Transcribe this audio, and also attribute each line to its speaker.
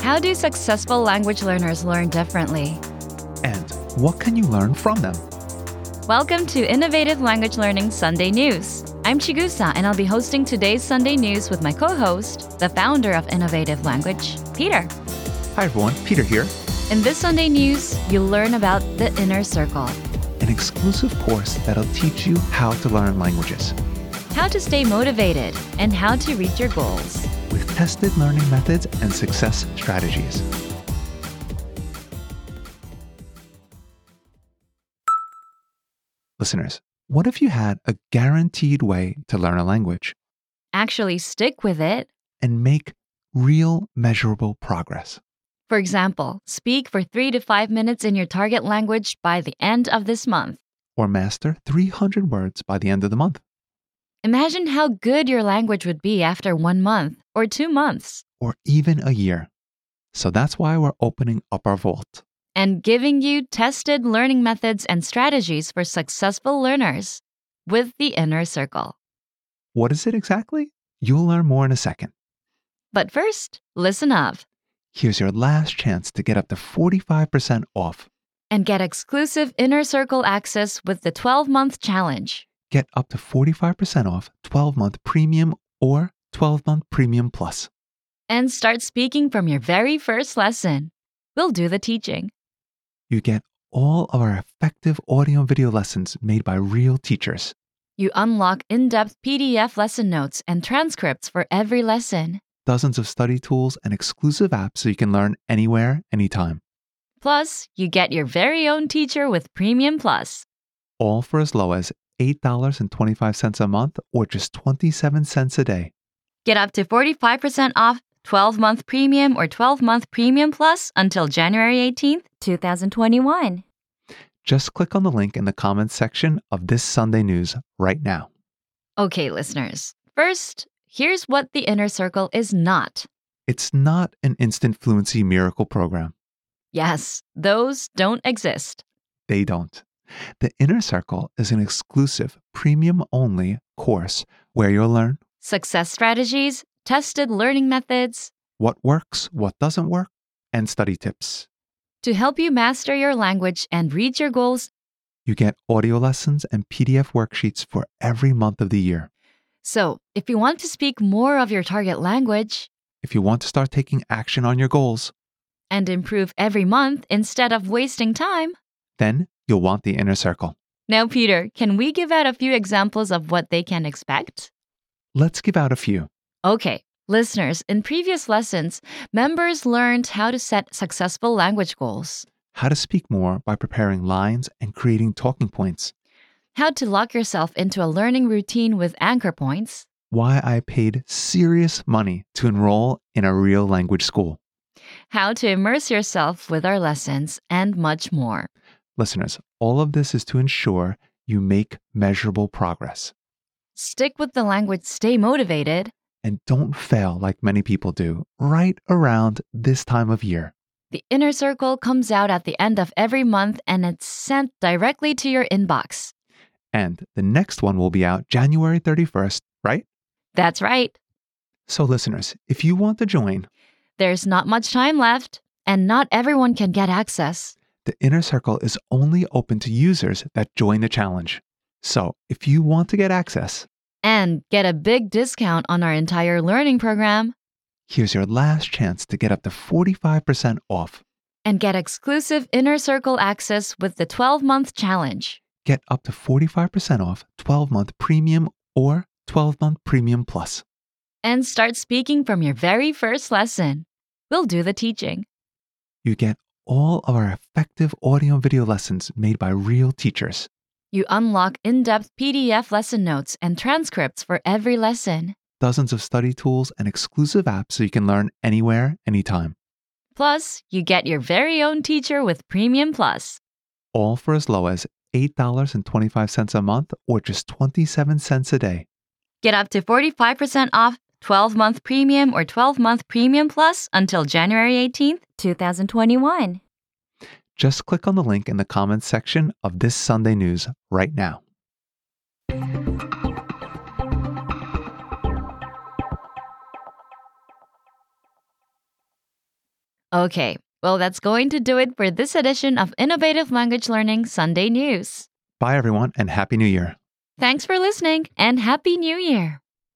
Speaker 1: How do successful language learners learn differently?
Speaker 2: And what can you learn from them?
Speaker 1: Welcome to Innovative Language Learning Sunday News. I'm Chigusa, and I'll be hosting today's Sunday News with my co host, the founder of Innovative Language, Peter.
Speaker 2: Hi everyone, Peter here.
Speaker 1: In this Sunday News, you'll learn about the inner circle,
Speaker 2: An exclusive course that'll teach you how to learn languages
Speaker 1: how to stay motivated, and how to reach your goals.
Speaker 2: with tested learning methods and success strategies. Listeners, what if you had a guaranteed way to learn a language
Speaker 1: Actually, stick with it.
Speaker 2: and make real measurable progress?
Speaker 1: For example, speak for three to five minutes in your target language by the end of this month.
Speaker 2: Or master 300 words by the end of the month,
Speaker 1: Imagine how good your language would be after one month or two months,
Speaker 2: or even a year. So that's why we're opening up our vault.
Speaker 1: and giving you tested learning methods and strategies for successful learners with the inner circle.
Speaker 2: What is it exactly? You'll learn more in a second.
Speaker 1: But first, listen up
Speaker 2: Here's your last chance to get up to 45% off
Speaker 1: and get exclusive inner circle access with the 12 month challenge.
Speaker 2: Get up to 45% off 12 month premium or 12 month premium plus.
Speaker 1: and start speaking from your very first lesson. We'll do the teaching.
Speaker 2: You get all of our effective audio and video lessons made by real teachers.
Speaker 1: You unlock in depth PDF lesson notes and transcripts for every lesson.
Speaker 2: Dozens of study tools and exclusive apps so you can learn anywhere, anytime.
Speaker 1: Plus, you get your very own teacher with Premium Plus.
Speaker 2: All for as low as $8.25 a month or just 27 cents a day.
Speaker 1: Get up to 45% off 12 month premium or 12 month premium plus until January 18th, 2021.
Speaker 2: Just click on the link in the comments section of this Sunday news right now.
Speaker 1: Okay, listeners. First, here's what the inner circle is not.
Speaker 2: It's not an instant fluency miracle program.
Speaker 1: Yes, those don't exist.
Speaker 2: they don't. The Inner Circle is an exclusive, premium only course where you'll learn
Speaker 1: Success strategies, tested learning methods,
Speaker 2: what works, what doesn't work, and study tips.
Speaker 1: To help you master your language and reach your goals,
Speaker 2: You get audio lessons and PDF worksheets for every month of the year.
Speaker 1: so if you want to speak more of your target language
Speaker 2: If you want to start taking action on your goals,
Speaker 1: and improve every month instead of wasting time,
Speaker 2: then you'll want the Inner Circle.
Speaker 1: now, Peter, can we give out a few examples of what they can expect?
Speaker 2: Let's give out a few.
Speaker 1: Okay, listeners, in previous lessons, members learned how to set successful language goals,
Speaker 2: How to speak more by preparing lines and creating talking points.
Speaker 1: how to lock yourself into a learning routine with anchor points,
Speaker 2: Why I paid serious money to enroll in a real language school.
Speaker 1: how to immerse yourself with our lessons, and much more.
Speaker 2: Listeners, all of this is to ensure you make measurable progress
Speaker 1: Stick with the language, stay motivated.
Speaker 2: and don't fail like many people do right around this time of year.
Speaker 1: The inner circle comes out at the end of every month and it's sent directly to your inbox.
Speaker 2: And the next one will be out January 31st, right?
Speaker 1: That's right.
Speaker 2: So, listeners, if you want to join,
Speaker 1: There's not much time left, and not everyone can get access.
Speaker 2: the Inner Circle is only open to users that join the challenge. So, if you want to get access,
Speaker 1: And get a big discount on our entire learning program
Speaker 2: here's your last chance to get up to 45% off.
Speaker 1: and get exclusive inner circle access with the 12 month challenge.
Speaker 2: Get up to 45% off 12 month premium or 12 month premium plus.
Speaker 1: And start speaking from your very first lesson. We'll do the teaching.
Speaker 2: you get all of our effective audio and video lessons made by real teachers.
Speaker 1: You unlock in depth PDF lesson notes and transcripts for every lesson.
Speaker 2: Dozens of study tools and exclusive apps so you can learn anywhere, anytime.
Speaker 1: Plus, you get your very own teacher with Premium Plus.
Speaker 2: All for as low as $8.25 a month or just 27 cents a day.
Speaker 1: Get up to 45% off 12 month premium or 12 month premium plus until January 18th, 2021.
Speaker 2: Just click on the link in the comments section of this Sunday news right now.
Speaker 1: Okay, well, that's going to do it for this edition of Innovative Language Learning Sunday News.
Speaker 2: Bye, everyone, and Happy New Year.
Speaker 1: Thanks for listening and Happy New Year!